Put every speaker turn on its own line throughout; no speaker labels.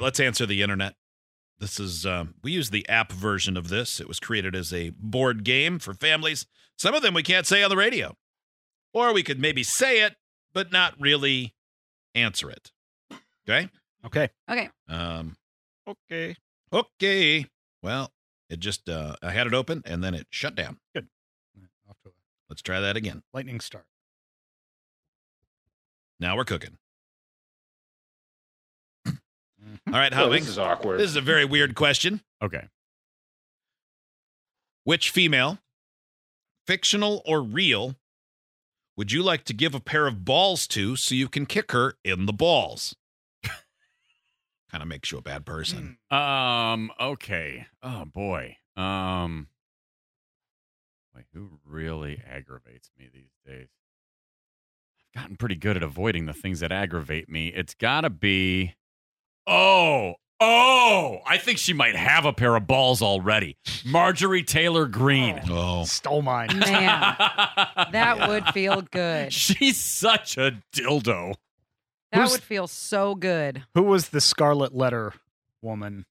Let's answer the internet. This is, um, we use the app version of this. It was created as a board game for families. Some of them we can't say on the radio. Or we could maybe say it, but not really answer it. Okay?
Okay.
Okay.
Um,
Okay.
okay. Well, it just, uh, I had it open and then it shut down.
Off to a
Let's try that again.
lightning start.
Now we're cooking.
Mhm.
All right,
Oh,
Howing.
this is awkward.
This is a very weird question.
Okay.
Which female, fictional or real, would you like to give a pair of balls to so you can kick her in the balls? kind of makes you a bad
Hmm,
person.
Um. Okay. Oh boy. Um. Like who really aggravates me these days? I've gotten pretty good at avoiding the things that aggravate me. It's gotta be. Oh. Oh. I think she might have a pair of balls already. Marjorie Taylor Greene.
Hmm.
Oh,
Stole mine.
Man, that would feel good.
She's such a dildo.
That
Who's-
would feel so good.
Who was the Scarlet Letter woman?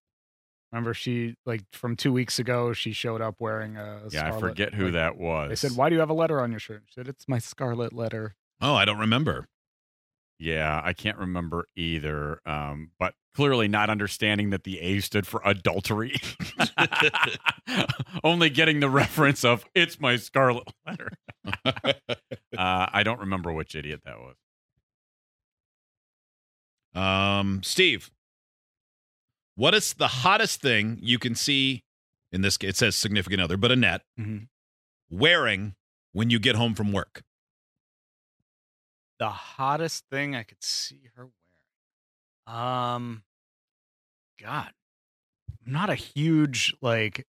Remember, she like from two weeks ago. She showed up wearing a.
Yeah, I
scarlet-
forget who
like,
that was.
They said, "Why do you have a letter on your shirt?" She said, "It's my Scarlet Letter."
oh, I don't remember.
Yeah, I can't remember either. Um, but clearly not understanding that the A stood for adultery. Only getting the reference of it's my scarlet letter. uh, I don't remember which idiot that was.
Um, Steve, what is the hottest thing you can see in this? It says significant other, but Annette
Mhm.
wearing when you get home from work.
The hottest thing I could see her wearing. Um, God, I'm not a huge like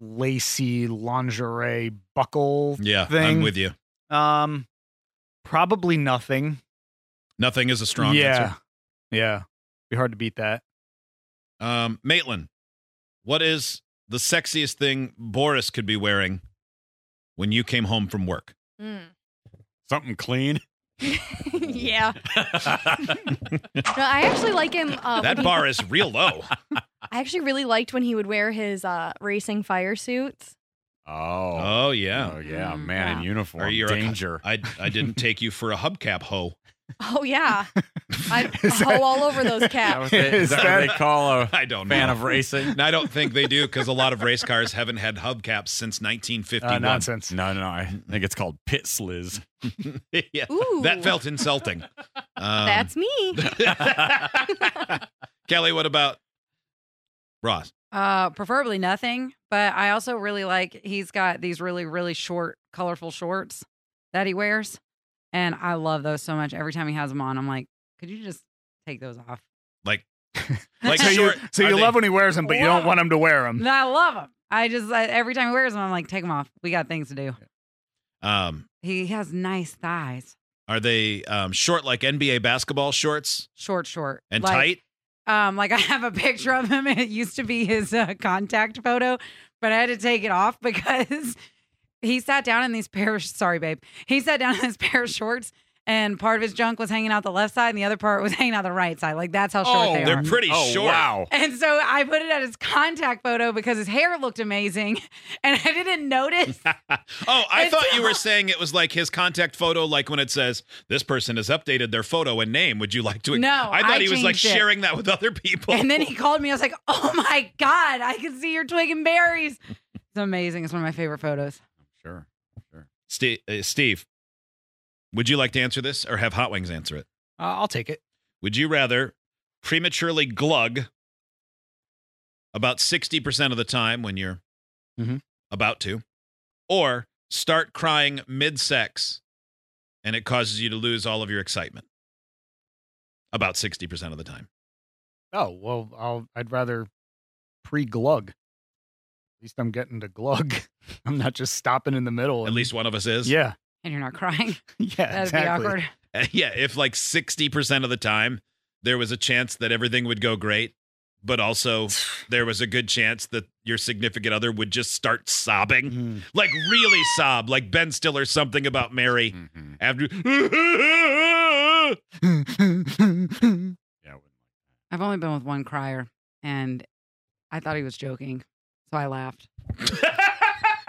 lacy lingerie buckle.
Yeah, I'm
Thing.
with you.
Um, probably nothing.
Nothing is a strong
yeah.
answer.
Yeah. Be hard to beat that.
Um, Maitland, what is the sexiest thing Boris could be wearing when you came home from work?
Something clean.
yeah. No, I actually like him.
Oh.
Uh, when
That
he-
bar is real low.
I actually really liked when he would wear his uh, racing fire suits.
Oh,
Oh yeah.
oh yeah,
Mm,
man in
yeah.
uniform,
Are you a-
danger.
I I didn't take you for a hubcap hoe.
Oh yeah, I'd
Is that-
hoe all over those
Is that
cats.
what they, is
Is
that
that-
what they call a
I don't know.
fan of racing?
And I don't think they do because a lot of race cars haven't had hubcaps since 1951.
Uh, nonsense.
No, no, no. I think it's called pit sliz.
yeah,
Ooh,
that felt insulting. Um,
that's me.
Kelly. What about Ross?
Uh, preferably nothing, but I also really like he's got these really, really short, colorful shorts that he wears. And I love those so much. Every time he has them on, I'm like, could you just take those off?
Like
so
short?
you, so
are
you
they-
love when he wears them, but you don't want him to wear them.
And I love them. I just, I, every time he wears them, I'm like, take them off. We got things to do.
Um,
He has nice thighs.
are they um, short like NBA basketball shorts
Short, short.
and
like,
tight?
Um, like I have a picture of him. It used to be his uh, contact photo, but I had to take it off because he sat down in these pair. Of, sorry, babe. He sat down in his pair of shorts, and part of his junk was hanging out the left side, and the other part was hanging out the right side. Like that's how short
Oh,
they
They're
are.
pretty
oh
short.
wow.
and so I put it at his contact photo because his hair looked amazing, and I didn't notice.
Oh, I
It's-
thought you were saying it was like his contact photo, like when it says this person has updated their photo and name. Would you like to?
No,
I thought
I
he was like
changed it.
sharing that with other people.
And then he called me. I was like, "Oh my god, I can see your twig and berries." It's amazing. It's one of my favorite photos.
Sure.
Steve, uh, Steve, would you like to answer this or have Hot Wings answer it?
Uh, I'll take it.
Would you rather prematurely glug about 60% of the time when you're
Mhm.
about to, or start crying mid sex and it causes you to lose all of your excitement about 60% of the time?
Oh well, I'll. I'd rather pre-glug. At least I'm getting to glug. I'm not just stopping in the middle.
At
and-
least one of us is.
Yeah.
And you're not crying.
Yeah.
That'd
exactly.
be awkward.
Yeah. If like 60% of the time there was a chance that everything would go great, but also there was a good chance that your significant other would just start sobbing,
Mm.
like really sob, like Ben Stiller something about Mary
Mhm.
after.
Mm-hmm.
Yeah. I wouldn't like that.
I've only been with one crier, and I thought he was joking, so I laughed.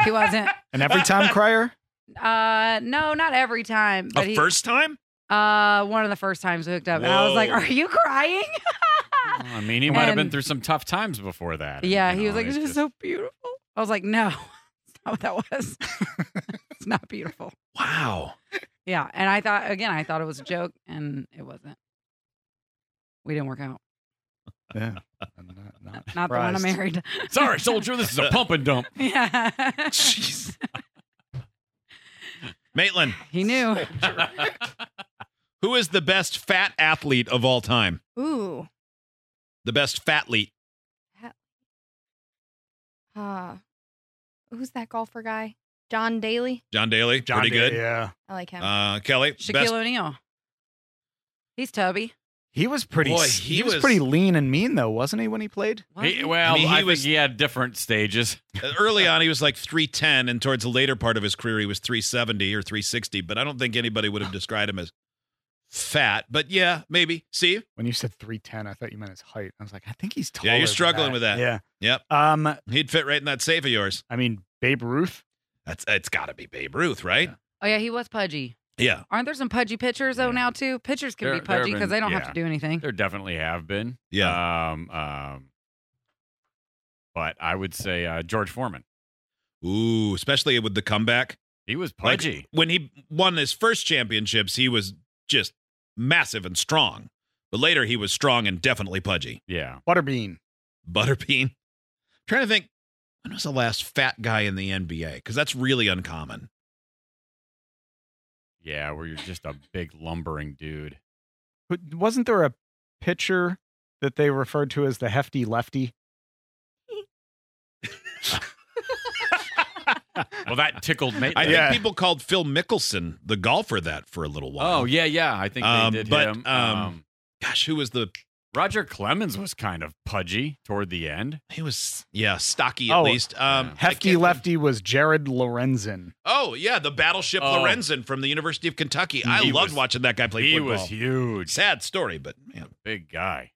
He wasn't.
And every time crier,
Uh, no, not every time. But
A
he,
first time?
uh, one of the first times we hooked up, and I was like,
Whoa.
"Are you crying?"
Well, Oh, I mean, he might have been
And-
through some tough times before that. and,
yeah,
you
he was
know,
like,
it's
"This is
just-
so beautiful." I was like, "No, that's not what that was. it's not beautiful."
Wow.
Yeah, and I thought again, I thought it was a joke, and it wasn't. We didn't work out.
yeah, I'm not, not
Not the one I
surprised.
married.
Sorry, soldier, this is a pump and dump.
yeah,
Jeez. Maitland,
he knew.
who is the best fat athlete of all time?
Ooh.
The best fatlete.
Uh, who's that golfer guy? John Daly.
John Daly.
John
pretty
Day-
good.
Yeah,
I like him.
Uh, Kelly,
Shaquille
best
O'Neal. He's tubby.
he was pretty.
Boy,
s-
he
he, was,
was-
pretty lean and mean though, wasn't he? When he played,
wasn't
He-
he?
I
well, I,
mean, he
think
was-
he had different stages.
uh, early on he was like 310 and towards the later part of his career he was 370 or 360 but i don't think anybody would have described him as fat but yeah maybe steve
when you said three ten, I thought you meant his height. I was like, I think he's taller.
Yeah, you're
than
struggling with that.
Yeah.
Yep.
Um,
he'd fit right in that safe of yours
I mean Babe Ruth.
that's it's gotta be babe ruth right
Oh yeah, he was pudgy.
yeah,
Aren't there some pudgy pitchers though
Yeah.
now too? Pitchers can
There-
be
there have
pudgy because
been-
they don't have
yeah.
to do anything.
There definitely have been.
yeah.
Um, um, but I would say uh, George Foreman.
ooh especially with the comeback
He was
Like,
pudgy.
when he won his first championships he was just massive and strong but later he was strong and definitely pudgy
yeah.
Butterbean.
Butterbean. I'm trying to think, when was the last fat guy in the NBA? Because that's really uncommon.
Yeah, where you're just a big lumbering dude.
But wasn't there a pitcher that they referred to as the hefty lefty?
Well, that tickled me.
I
Yeah.
think people called Phil Mickelson, the golfer, that for a little while.
Oh yeah, yeah. I think they
Um,
did
but,
him.
um, gosh, who was the?
Roger Clemens was kind of pudgy toward the end.
He was yeah, stocky at
Oh,
least. Um,
yeah.
I
Hefty
can't-
lefty was Jared Lorenzen.
Oh yeah, the battleship
Oh.
Lorenzen from the University of Kentucky. I
He
loved
was-
watching that guy play
he
football.
was huge,
Sad story, but man.
big guy.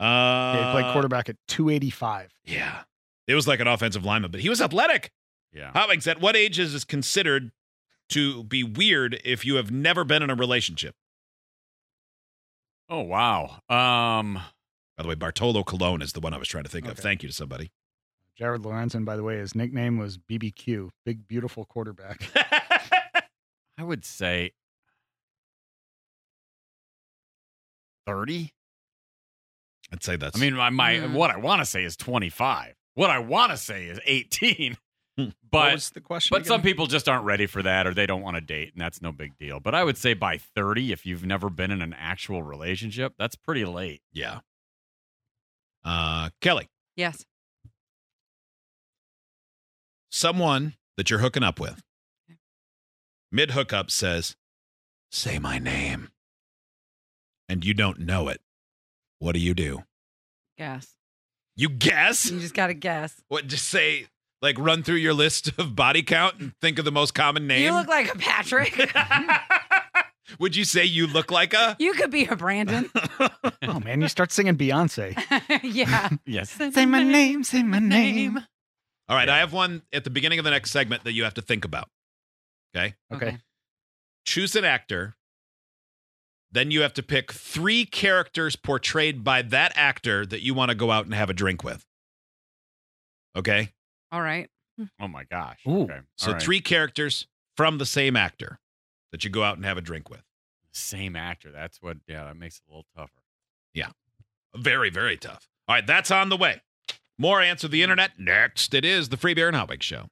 Uh,
They played quarterback at 285.
Yeah, it was like an offensive lineman, but he was athletic.
Yeah.
Hobbings, at what age is it considered to be weird if you have never been in a relationship?
Oh wow. Um.
By the way, Bartolo Colon is the one I was trying to think of.
Okay.
Thank you to somebody.
Jared Lorenzen, by the way, his nickname was BBQ, big beautiful quarterback.
I would say 30.
I'd say that's.
I mean, my, my
Hmm.
what I want to say is 25. What I want to say is 18.
Hmm.
what
but
was the question?
but some
again?
people just aren't ready for that or they don't want to date and that's no big deal. But I would say by 30 if you've never been in an actual relationship, that's pretty late.
yeah. Uh, Kelly,
Yes.
someone that you're hooking up with, mid hookup says, "Say my name," and you don't know it. What do you do?
Guess.
You guess?
You just gotta guess.
What? Just say like run through your list of body count and think of the most common name.
You look like a Patrick.
Would you say you look like a?
you could be a Brandon.
Oh man, you start singing Beyonce.
yeah.
Yes.
say my name, say my name.
All right, I have one at the beginning of the next segment that you have to think about.
Okay.
Choose an actor. Then you have to pick three characters portrayed by that actor that you want to go out and have a drink with. Okay?
All right.
Oh my gosh.
Ooh.
Okay.
So
All right.
three characters from the same actor that you go out and have a drink with.
same actor. That's what yeah, that makes it a little tougher.
Very, very tough. All right, that's on the way. More answer the internet next. It is the Free Beer and Hobbig Show.